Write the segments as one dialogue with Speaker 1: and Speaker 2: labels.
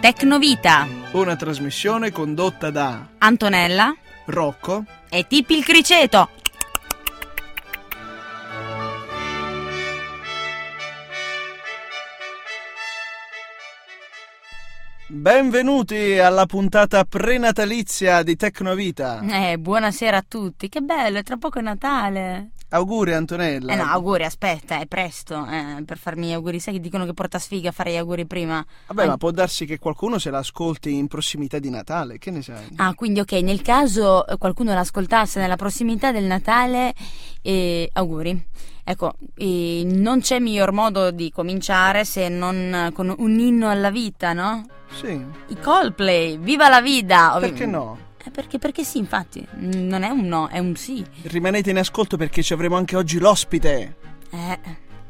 Speaker 1: Tecnovita,
Speaker 2: Una trasmissione condotta da
Speaker 1: Antonella
Speaker 2: Rocco.
Speaker 1: e Tippi il Criceto.
Speaker 2: Benvenuti alla puntata prenatalizia di Tecnovita.
Speaker 1: Eh, buonasera a tutti, che bello, è tra poco è Natale.
Speaker 2: Auguri Antonella.
Speaker 1: Eh no, auguri, aspetta, è presto eh, per farmi gli auguri. Sai che dicono che porta sfiga fare gli auguri prima?
Speaker 2: Vabbè,
Speaker 1: eh.
Speaker 2: ma può darsi che qualcuno se l'ascolti in prossimità di Natale, che ne sai?
Speaker 1: Ah, quindi ok, nel caso eh, qualcuno l'ascoltasse nella prossimità del Natale, eh, auguri. Ecco, eh, non c'è miglior modo di cominciare se non eh, con un inno alla vita, no?
Speaker 2: Sì,
Speaker 1: I Coldplay, viva la vita! ovvi-
Speaker 2: perché no?
Speaker 1: Eh, perché, perché sì, infatti, Mm, non è un no, è un sì.
Speaker 2: Rimanete in ascolto perché ci avremo anche oggi l'ospite.
Speaker 1: Eh,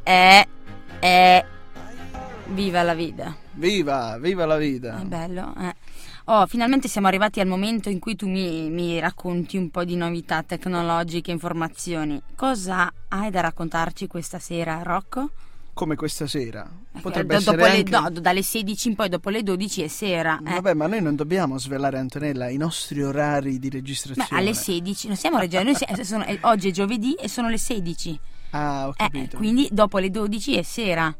Speaker 1: eh, eh, viva la vita!
Speaker 2: Viva, viva la vita.
Speaker 1: È bello, eh. Oh, finalmente siamo arrivati al momento in cui tu mi, mi racconti un po' di novità tecnologiche, informazioni. Cosa hai da raccontarci questa sera, Rocco?
Speaker 2: Come questa sera.
Speaker 1: Eh,
Speaker 2: Potrebbe
Speaker 1: do-
Speaker 2: essere
Speaker 1: dopo le-
Speaker 2: anche...
Speaker 1: no, do- dalle 16 in poi, dopo le 12 è sera. eh.
Speaker 2: Vabbè, ma noi non dobbiamo svelare Antonella i nostri orari di
Speaker 1: Beh,
Speaker 2: registrazione.
Speaker 1: alle 16, non siamo a Reggio- noi si- eh, sono- eh, oggi è giovedì e sono le 16.
Speaker 2: Ah, ho
Speaker 1: Eh,
Speaker 2: capito.
Speaker 1: quindi dopo le 12 è sera.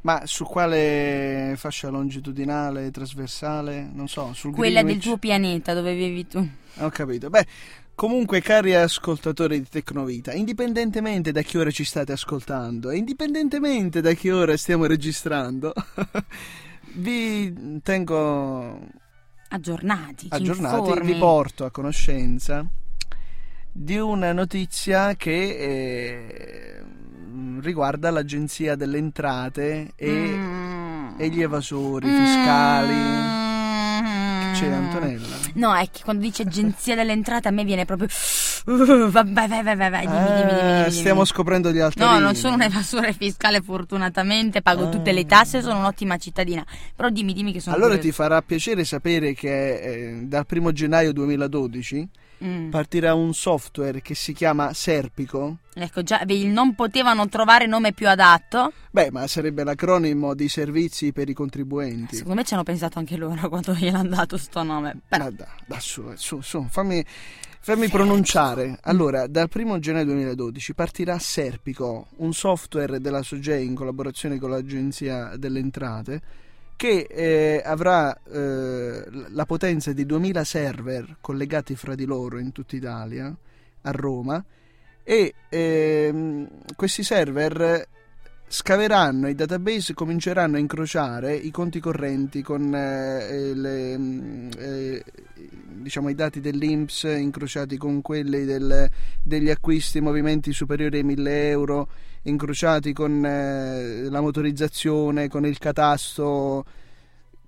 Speaker 2: Ma su quale fascia longitudinale, trasversale? Non so, sul
Speaker 1: Quella del
Speaker 2: Greenwich?
Speaker 1: tuo pianeta dove vivi tu.
Speaker 2: Ho capito. Beh, comunque, cari ascoltatori di Tecnovita, indipendentemente da che ora ci state ascoltando e indipendentemente da che ora stiamo registrando, vi tengo
Speaker 1: Aggiornati, ci
Speaker 2: aggiornati,
Speaker 1: informi.
Speaker 2: vi porto a conoscenza di una notizia che eh, riguarda l'Agenzia delle Entrate e,
Speaker 1: Mm.
Speaker 2: e gli evasori fiscali.
Speaker 1: Mm.
Speaker 2: C'è Antonella.
Speaker 1: No, è che quando dice agenzia delle entrate a me viene proprio. Uh, vabbè, vai, vai, vai, vai, dimmi, dimmi, dimmi,
Speaker 2: Ah,
Speaker 1: dimmi,
Speaker 2: stiamo
Speaker 1: dimmi.
Speaker 2: scoprendo gli altri.
Speaker 1: No, non sono un evasore fiscale, fortunatamente. Pago
Speaker 2: Ah.
Speaker 1: tutte le tasse, sono un'ottima cittadina. Però dimmi, dimmi che sono.
Speaker 2: Allora ti farà piacere sapere che eh, dal 1 gennaio 2012
Speaker 1: ti. Mm.
Speaker 2: partirà un software che si chiama Serpico.
Speaker 1: Ecco, già vedi, non potevano trovare nome più adatto.
Speaker 2: Beh, ma sarebbe l'acronimo di servizi per i contribuenti.
Speaker 1: Secondo me ci hanno pensato anche loro quando gliel'hanno dato sto nome. Però,
Speaker 2: Ma Eh, da, da su, su, su, fammi, fammi pronunciare. Allora, dal 1 gennaio 2012 partirà Serpico, un software della SOGEI in collaborazione con l'Agenzia delle Entrate che eh, avrà eh, l- la potenza di 2000 server collegati fra di loro in tutta Italia, a Roma, e ehm, questi server scaveranno i database e cominceranno a incrociare i conti correnti con eh, eh, le, mm, eh, diciamo, i dati dell'Inps incrociati con quelli del- degli acquisti movimenti superiori ai 1000 euro incrociati con eh, la motorizzazione con il catasto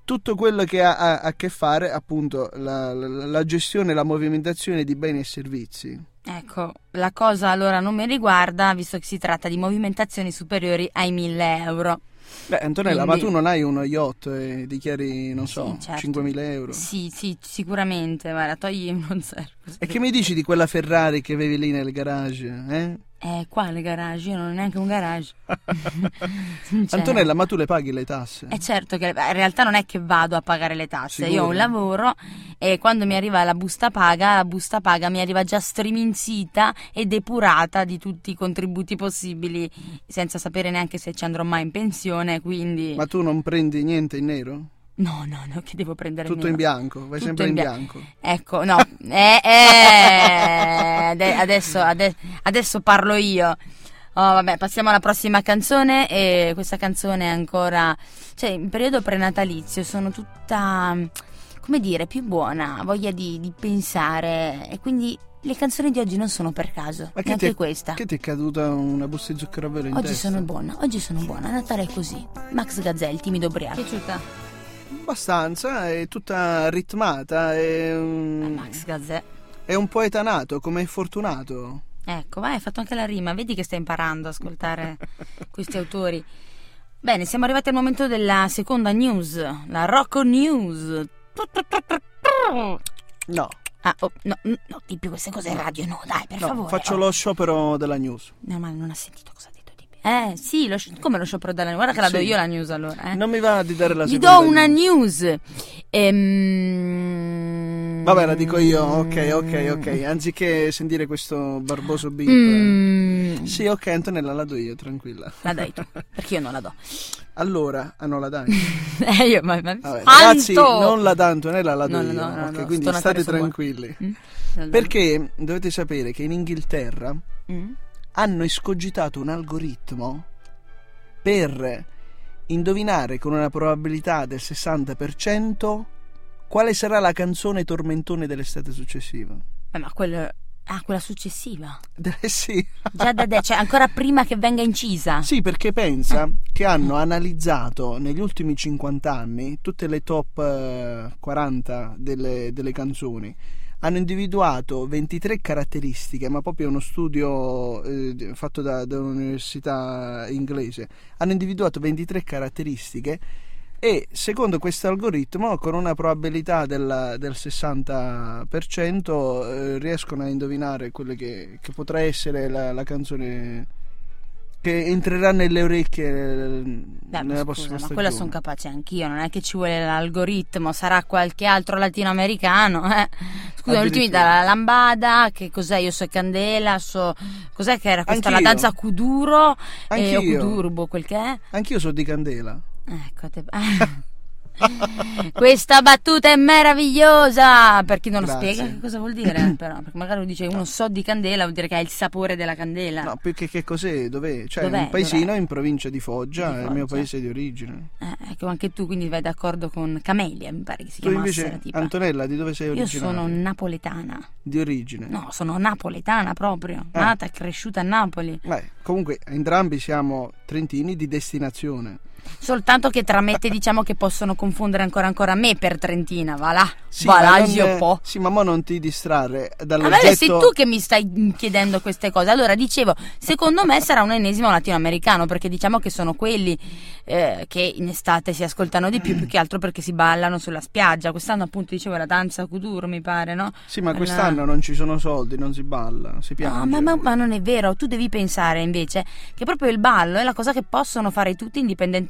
Speaker 2: tutto quello che ha ha- a che fare appunto la, la- la gestione e la movimentazione di beni e servizi
Speaker 1: ecco, la cosa allora non mi riguarda, visto che si tratta di movimentazioni superiori ai 1000 euro.
Speaker 2: Beh, Antonella,
Speaker 1: Quindi-
Speaker 2: ma tu non hai uno yacht e dichiari, non
Speaker 1: Sì,
Speaker 2: so,
Speaker 1: certo.
Speaker 2: 5.000 euro?
Speaker 1: Sì, sì, sicuramente, guarda, togli non serve.
Speaker 2: E che mi dici di quella Ferrari che avevi lì nel garage? eh?
Speaker 1: Eh, quale garage? Io non ho neanche un garage. Cioè,
Speaker 2: Antonella, ma tu le paghi le tasse?
Speaker 1: È certo che beh, in realtà non è che vado a pagare le tasse, io ho un
Speaker 2: Sicuro?
Speaker 1: lavoro e quando mi arriva la busta paga, la busta paga mi arriva già striminzita e depurata di tutti i contributi possibili, senza sapere neanche se ci andrò mai in pensione, quindi...
Speaker 2: Ma tu non prendi niente in nero?
Speaker 1: No, no, no, che devo prendere il
Speaker 2: Tutto
Speaker 1: mio-
Speaker 2: in bianco, vai
Speaker 1: Tutto
Speaker 2: sempre
Speaker 1: in
Speaker 2: in
Speaker 1: bia-
Speaker 2: bianco.
Speaker 1: Ecco, no, eh, eh, ade- adesso, ade- adesso parlo io. Oh, vabbè, passiamo alla prossima canzone e questa canzone è ancora... Cioè, in periodo prenatalizio sono tutta, come dire, più buona, voglia di, di pensare e quindi le canzoni di oggi non sono per caso,
Speaker 2: Ma che
Speaker 1: neanche
Speaker 2: ti è-
Speaker 1: questa.
Speaker 2: Che ti è caduta una busta di zucchero a velo in
Speaker 1: Oggi
Speaker 2: testa?
Speaker 1: sono buona, oggi sono buona, Natale è così. Max Gazzel, timido ubriaco. Piaciuta?
Speaker 2: Abbastanza, è tutta ritmata, è un,
Speaker 1: Max Gazzel.
Speaker 2: è un poeta nato, come fortunato.
Speaker 1: Ecco, vai, hai fatto anche la rima, vedi che stai imparando ad ascoltare questi autori. Bene, siamo arrivati al momento della seconda news, la Rocco News.
Speaker 2: No,
Speaker 1: Ah, oh, no, no, di più queste cose in radio, no, dai, per
Speaker 2: no,
Speaker 1: favore.
Speaker 2: faccio
Speaker 1: oh.
Speaker 2: lo sciopero della news.
Speaker 1: Meno male, non ha sentito cosa ha detto di più. Eh, sì, lo sci- come lo sciopero della Guarda che la do
Speaker 2: Sì.
Speaker 1: io la news allora. eh.
Speaker 2: Non mi va di dare la
Speaker 1: Gli
Speaker 2: seconda
Speaker 1: do una
Speaker 2: linea.
Speaker 1: news. Ehm...
Speaker 2: Vabbè, la dico io. Ok, ok, ok. Anziché sentire questo barboso beep.
Speaker 1: Mm.
Speaker 2: Sì, ok, Antonella, la do io, tranquilla.
Speaker 1: La dai tu, perché io non la do.
Speaker 2: Allora, ah, non la dai.
Speaker 1: Eh, io, ma, Mm? ma...
Speaker 2: Vabbè,
Speaker 1: Santo!
Speaker 2: ragazzi, non la dà Antonella, la do
Speaker 1: No, no,
Speaker 2: io.
Speaker 1: no, no,
Speaker 2: ok,
Speaker 1: no,
Speaker 2: quindi
Speaker 1: sto una
Speaker 2: state
Speaker 1: storia su
Speaker 2: tranquilli.
Speaker 1: Mm?
Speaker 2: Perché dovete sapere che in Inghilterra
Speaker 1: Mm?
Speaker 2: hanno escogitato un algoritmo per indovinare con una probabilità del 60% quale sarà la canzone tormentone dell'estate successiva.
Speaker 1: Eh, ma quello... Ah, quella successiva.
Speaker 2: Eh sì.
Speaker 1: Già da de- cioè ancora prima che venga incisa.
Speaker 2: Sì, perché pensa che hanno analizzato negli ultimi 50 anni tutte le top eh, 40 delle, delle canzoni. Hanno individuato 23 caratteristiche, ma proprio uno studio eh, di- fatto da, da un'università inglese. Hanno individuato 23 caratteristiche e secondo questo algoritmo, con una probabilità del, del 60%, eh, riescono a indovinare quelle che, che potrà essere la, la canzone che entrerà nelle orecchie eh,
Speaker 1: Beh,
Speaker 2: nella
Speaker 1: ma
Speaker 2: prossima
Speaker 1: scusa, ma
Speaker 2: stagione.
Speaker 1: quella sono capace anch'io, non è che ci vuole l'algoritmo, sarà qualche altro latinoamericano. Eh. Scusa, ultimi
Speaker 2: Addirittura.
Speaker 1: dalla lambada, che cos'è? Io so Candela, so... Cos'è che era questa?
Speaker 2: Anch'io.
Speaker 1: La danza Kuduro, eh, o
Speaker 2: Anch'io.
Speaker 1: Kudurbo, quel che è.
Speaker 2: Anch'io sono di Candela.
Speaker 1: Ecco, te... Questa battuta è meravigliosa! Per chi non lo
Speaker 2: Grazie.
Speaker 1: spiega che cosa vuol dire, però, perché magari uno dice uno so di candela, vuol dire che ha il sapore della candela.
Speaker 2: No, più che, che cos'è? Dov'è? Cioè,
Speaker 1: Ah. Dov'è?
Speaker 2: un paesino
Speaker 1: Dov'è?
Speaker 2: in provincia di Foggia,
Speaker 1: Di
Speaker 2: è il mio
Speaker 1: Foggia.
Speaker 2: paese di origine.
Speaker 1: Eh, ecco, anche tu quindi vai d'accordo con Camelia, mi pare che si
Speaker 2: Tu
Speaker 1: chiamasse la
Speaker 2: invece,
Speaker 1: tipa.
Speaker 2: Antonella, di dove sei
Speaker 1: Io
Speaker 2: originaria?
Speaker 1: sono napoletana.
Speaker 2: Di origine.
Speaker 1: No, sono napoletana proprio,
Speaker 2: Ah.
Speaker 1: nata e cresciuta a Napoli.
Speaker 2: Beh, comunque entrambi siamo trentini di destinazione.
Speaker 1: Soltanto che tramette diciamo che possono confondere ancora ancora me per Trentina, va là. va
Speaker 2: ma
Speaker 1: là,
Speaker 2: non-
Speaker 1: zio po'.
Speaker 2: Sì, ma mo non ti distrarre dall'oggetto...
Speaker 1: Vabbè, sei tu che mi stai chiedendo queste cose. Allora, dicevo, secondo me sarà un ennesimo latinoamericano, perché diciamo che sono quelli eh, che in estate si ascoltano di più, più che altro perché si ballano sulla spiaggia. Quest'anno, appunto, dicevo la danza Kuduro, mi pare, no?
Speaker 2: Sì, ma
Speaker 1: Alla-
Speaker 2: quest'anno non ci sono soldi, non si balla, si piange.
Speaker 1: No, Ah, ma, ma- ma non è vero, tu devi pensare invece che proprio il ballo è la cosa che possono fare tutti indipendentemente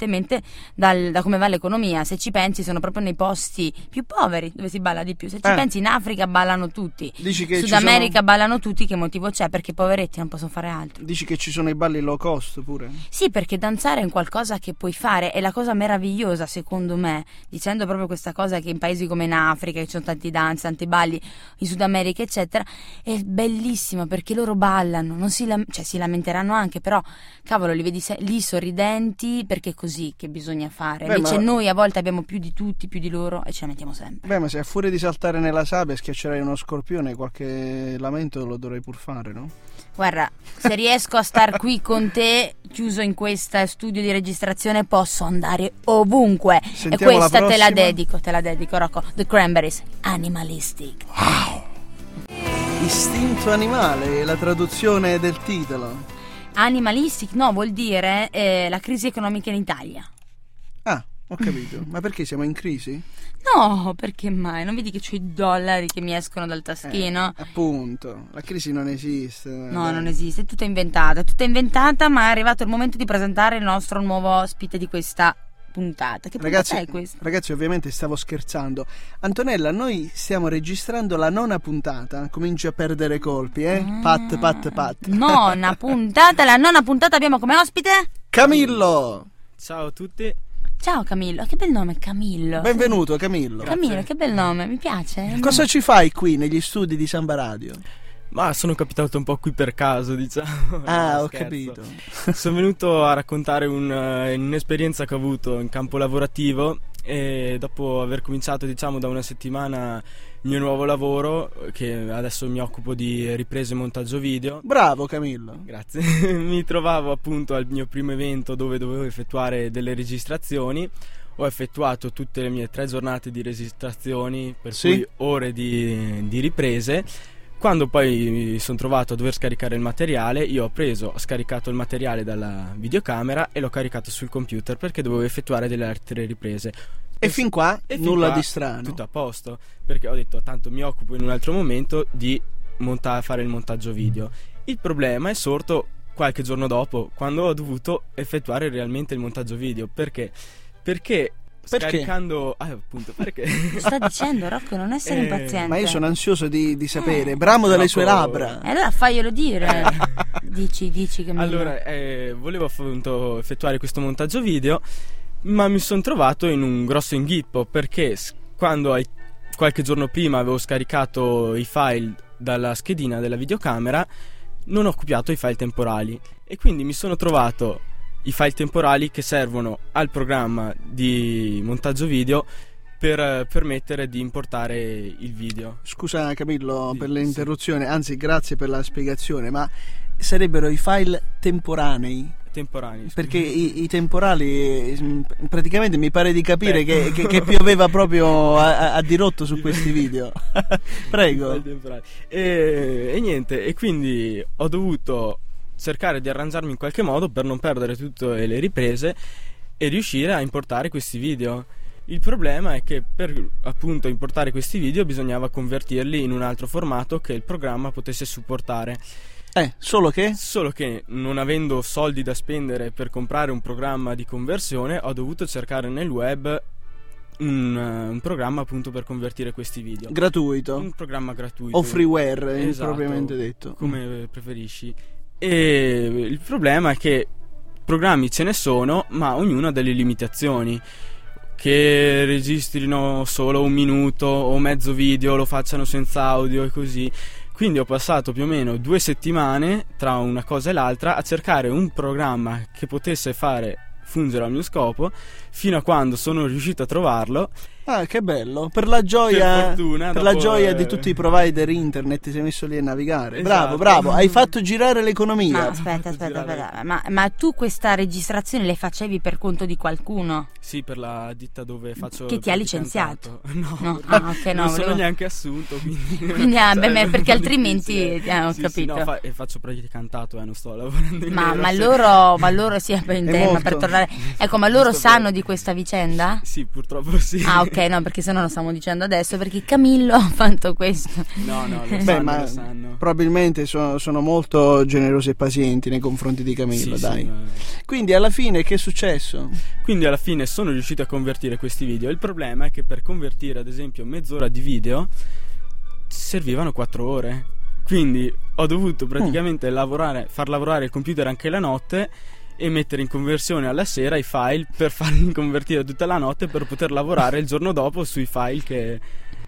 Speaker 1: dal- da come va l'economia. Se ci pensi, sono proprio nei posti più poveri dove si balla di più. Se ci
Speaker 2: Eh.
Speaker 1: pensi, in Africa ballano tutti.
Speaker 2: Dici che,
Speaker 1: Sud
Speaker 2: ci
Speaker 1: America
Speaker 2: sono...
Speaker 1: ballano tutti, che motivo c'è? Perché i poveretti non possono fare altro.
Speaker 2: Dici che ci sono i balli low cost pure?
Speaker 1: Sì, perché danzare è un qualcosa che puoi fare, è la cosa meravigliosa secondo me, dicendo proprio questa cosa che in paesi come in Africa che ci sono tanti danze, tanti balli, in Sud America eccetera, è bellissima perché loro ballano, non si lam- cioè si lamenteranno anche, però cavolo li vedi se- lì sorridenti perché è così che bisogna fare,
Speaker 2: Beh,
Speaker 1: invece
Speaker 2: ma-
Speaker 1: noi a volte abbiamo più di tutti, più di loro e ce la mettiamo sempre.
Speaker 2: Beh, ma se a furia di saltare nella sabbia schiaccerai uno scorpione, qualche lamento lo dovrei pur fare, no?
Speaker 1: Guarda, se riesco a star qui con te, chiuso in questo studio di registrazione, posso andare ovunque.
Speaker 2: Sentiamo
Speaker 1: e
Speaker 2: la
Speaker 1: questa te la
Speaker 2: prossima.
Speaker 1: dedico, te la dedico, Rocco. The Cranberries, Animalistic.
Speaker 2: Istinto animale è la traduzione del titolo.
Speaker 1: Animalistic, no, vuol dire eh, la crisi economica in Italia.
Speaker 2: Ah, ho capito. ma perché siamo in crisi?
Speaker 1: No, perché mai? Non vedi che c'ho i dollari che mi escono dal taschino?
Speaker 2: Eh, appunto, la crisi non esiste.
Speaker 1: No,
Speaker 2: dai.
Speaker 1: non esiste, è tutta inventata, è tutta inventata, ma è arrivato il momento di presentare il nostro nuovo ospite di questa puntata. Che
Speaker 2: Ragazzi,
Speaker 1: puntata è questa?
Speaker 2: ragazzi, ovviamente stavo scherzando. Antonella, noi stiamo registrando la nona puntata. Cominci a perdere colpi, eh?
Speaker 1: Ah.
Speaker 2: Pat, pat, pat.
Speaker 1: Nona puntata, la nona puntata abbiamo come ospite?
Speaker 2: Camillo!
Speaker 3: Ciao a tutti.
Speaker 1: Ciao Camillo, che bel nome Camillo.
Speaker 2: Benvenuto, Camillo.
Speaker 1: Camillo, che bel nome, mi piace.
Speaker 2: Cosa ci fai qui negli studi di Samba Radio?
Speaker 3: Eh, Ma sono capitato un po' qui per caso, diciamo.
Speaker 2: ah,
Speaker 3: No,
Speaker 2: ho
Speaker 3: scherzo.
Speaker 2: capito.
Speaker 3: Sono venuto a raccontare un, eh, un'esperienza che ho avuto in campo lavorativo e dopo aver cominciato, diciamo, da una settimana il mio nuovo lavoro, che adesso mi occupo di riprese e montaggio video.
Speaker 2: Bravo, Camillo.
Speaker 3: Grazie. Mi trovavo appunto al mio primo evento dove dovevo effettuare delle registrazioni. Ho effettuato tutte le mie tre giornate di registrazioni, per
Speaker 2: Sì.
Speaker 3: cui ore di, di riprese. Quando poi mi sono trovato a dover scaricare il materiale, io ho preso, ho scaricato il materiale dalla videocamera e l'ho caricato sul computer perché dovevo effettuare delle altre riprese.
Speaker 2: E fin qua
Speaker 3: E fin
Speaker 2: nulla
Speaker 3: qua
Speaker 2: di strano.
Speaker 3: Tutto a posto, perché ho detto tanto mi occupo in un altro momento di monta- fare il montaggio video. Il problema è sorto qualche giorno dopo, quando ho dovuto effettuare realmente il montaggio video. Perché? Perché,
Speaker 2: Perché?
Speaker 3: scaricando... Ah, appunto, perché...
Speaker 1: Sta dicendo Rocco, non essere
Speaker 3: Eh,
Speaker 1: impaziente.
Speaker 2: Ma io sono ansioso di, di sapere. Bramo dalle sue
Speaker 3: Rocco-
Speaker 2: labbra.
Speaker 1: E allora faglielo dire. dici, dici che mi
Speaker 3: Allora, eh, volevo appunto effettuare questo montaggio video, ma mi sono trovato in un grosso inghippo perché s- quando ai- qualche giorno prima avevo scaricato i file dalla schedina della videocamera, non ho copiato i file temporali e quindi mi sono trovato i file temporali che servono al programma di montaggio video per eh, permettere di importare il video.
Speaker 2: Scusa Camillo
Speaker 3: Sì,
Speaker 2: per le
Speaker 3: sì.
Speaker 2: interruzioni, anzi grazie per la spiegazione, ma sarebbero i file temporanei?
Speaker 3: Temporanei. scusa.
Speaker 2: Perché i, i temporali eh, m- praticamente mi pare di capire
Speaker 3: Eh.
Speaker 2: che, che- che pioveva proprio a, a- a dirotto su questi video. Prego.
Speaker 3: E, e niente, e quindi ho dovuto cercare di arrangiarmi in qualche modo per non perdere tutte le riprese e riuscire a importare questi video. Il problema è che per appunto importare questi video bisognava convertirli in un altro formato che il programma potesse supportare.
Speaker 2: Eh, solo che?
Speaker 3: Solo che non avendo soldi da spendere per comprare un programma di conversione, ho dovuto cercare nel web un, eh, un programma appunto per convertire questi video.
Speaker 2: Gratuito.
Speaker 3: Un programma
Speaker 2: Esatto.
Speaker 3: gratuito.
Speaker 2: O freeware, eh,
Speaker 3: Esatto.
Speaker 2: propriamente detto.
Speaker 3: come preferisci. E il problema è che programmi ce ne sono, ma ognuno ha delle limitazioni. Che registrino solo un minuto o mezzo video, lo facciano senza audio e così. Quindi ho passato più o meno due settimane tra una cosa e l'altra a cercare un programma che potesse fare fungere al mio scopo, fino a quando sono riuscito a trovarlo.
Speaker 2: Ah, che bello. Per la
Speaker 3: Per
Speaker 2: gioia...
Speaker 3: fortuna,
Speaker 2: Per la
Speaker 3: dopo,
Speaker 2: gioia di
Speaker 3: eh,
Speaker 2: tutti i provider internet ti sei messo lì a navigare. Bravo,
Speaker 3: Esatto.
Speaker 2: bravo. Hai fatto girare
Speaker 1: Ma
Speaker 2: l'economia.
Speaker 1: aspetta, aspetta,
Speaker 3: girare.
Speaker 1: aspetta. Ma, ma tu questa registrazione le facevi per conto di qualcuno?
Speaker 3: Sì, per la ditta dove faccio.
Speaker 1: Che ti ha
Speaker 3: il
Speaker 1: licenziato.
Speaker 3: praticantato. No,
Speaker 1: No, ah, ok, no,
Speaker 3: non sono
Speaker 1: volevo-
Speaker 3: neanche assunto. Quindi,
Speaker 1: Quindi, ah, beh, beh, perché
Speaker 3: è un po'
Speaker 1: altrimenti-
Speaker 3: difficile.
Speaker 1: eh, ho
Speaker 3: Sì, sì, no,
Speaker 1: capito.
Speaker 3: fa- e faccio praticantato, eh, non sto lavorando in
Speaker 1: Ma,
Speaker 3: nero,
Speaker 1: ma
Speaker 3: se-
Speaker 1: loro, ma loro sì, per in
Speaker 2: È
Speaker 1: tema,
Speaker 2: molto.
Speaker 1: per tornare. Ecco, ma loro
Speaker 3: Giusto
Speaker 1: sanno
Speaker 3: per-
Speaker 1: di questa vicenda?
Speaker 3: Sì, purtroppo sì.
Speaker 1: Ah, ok, no, perché se no lo stiamo dicendo adesso, perché Camillo ha fatto questo.
Speaker 3: No, no, lo
Speaker 1: Beh,
Speaker 3: sanno,
Speaker 2: ma-
Speaker 3: lo sanno.
Speaker 2: Probabilmente so- sono molto generosi e pazienti nei confronti di
Speaker 3: Sì,
Speaker 2: Camillo,
Speaker 3: sì,
Speaker 2: dai.
Speaker 3: ma-
Speaker 2: Quindi alla fine che è successo?
Speaker 3: Quindi alla fine sono riuscito a convertire questi video. Il problema è che per convertire, ad esempio, mezz'ora di video servivano 4 ore. Quindi ho
Speaker 1: Mm.
Speaker 3: dovuto praticamente lavorare, far lavorare il computer anche la notte e mettere in conversione alla sera i file per farli convertire tutta la notte per poter lavorare il giorno dopo sui file che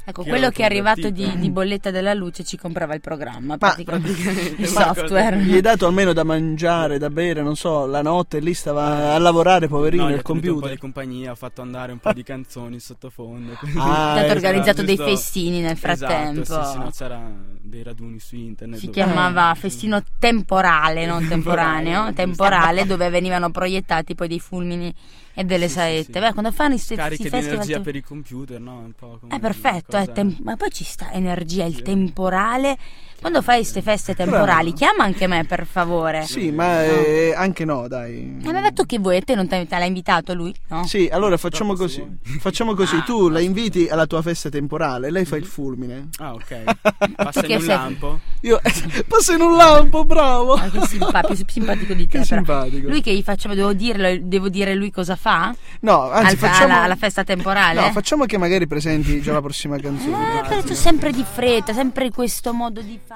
Speaker 1: Ecco,
Speaker 3: Chi
Speaker 1: quello
Speaker 3: l'ha
Speaker 1: che è arrivato di,
Speaker 3: convertito?
Speaker 1: di bolletta della luce ci comprava il programma, praticamente.
Speaker 3: praticamente
Speaker 1: il
Speaker 3: una cosa-
Speaker 2: Gli
Speaker 1: software.
Speaker 2: hai dato almeno da mangiare, da bere, non so, la notte lì stava a lavorare, poverino,
Speaker 3: No, gli ho
Speaker 2: il
Speaker 3: tenuto un po'
Speaker 2: computer.
Speaker 3: di compagnia, ho fatto andare un po' di canzoni in sottofondo. quindi-
Speaker 2: Ah,
Speaker 1: Tanto
Speaker 2: esatto,
Speaker 1: organizzato dei
Speaker 3: giusto.
Speaker 1: festini nel frattempo.
Speaker 3: Esatto, sì, sì, no, c'era dei raduni su internet.
Speaker 1: si
Speaker 3: dove- Eh.
Speaker 1: chiamava festino temporale, non temporaneo,
Speaker 3: Temporale, esatto.
Speaker 1: temporale dove venivano proiettati poi dei fulmini e delle
Speaker 3: Sì, sì,
Speaker 1: saette.
Speaker 3: sì.
Speaker 1: Beh, quando fanno i sti-
Speaker 3: Cariche
Speaker 1: sti
Speaker 3: di
Speaker 1: festival
Speaker 3: energia
Speaker 1: tu-
Speaker 3: per il computer, no? Un po' come
Speaker 1: Eh perfetto,
Speaker 3: una
Speaker 1: è
Speaker 3: cosa-
Speaker 1: tem- ma poi ci sta energia, il
Speaker 3: Sì.
Speaker 1: temporale. Quando fai queste feste temporali,
Speaker 2: Bravo.
Speaker 1: chiama anche me per favore.
Speaker 2: Sì, ma eh, anche no, dai.
Speaker 1: Ma Aveva detto che voi e te non te te l'ha invitato lui? No? Ah,
Speaker 2: Sì, allora facciamo
Speaker 3: Troppo si
Speaker 2: così. Facciamo così, tu la inviti alla tua festa temporale, lei fa il fulmine.
Speaker 3: Ah, ok. Passa
Speaker 1: che
Speaker 3: in un
Speaker 1: sei-
Speaker 3: lampo.
Speaker 2: Io passo in un lampo, bravo.
Speaker 1: Ma Ah, che simpa- più simpatico di te. però.
Speaker 2: Che simpatico.
Speaker 1: Lui che gli faceva, devo, dirlo- devo dire lui cosa fa?
Speaker 2: No, anzi
Speaker 1: Al-
Speaker 2: facciamo
Speaker 1: alla, alla festa temporale? Eh,
Speaker 2: No, facciamo che magari presenti già la prossima canzone.
Speaker 1: Ah, però tu sempre di fretta, sempre questo modo di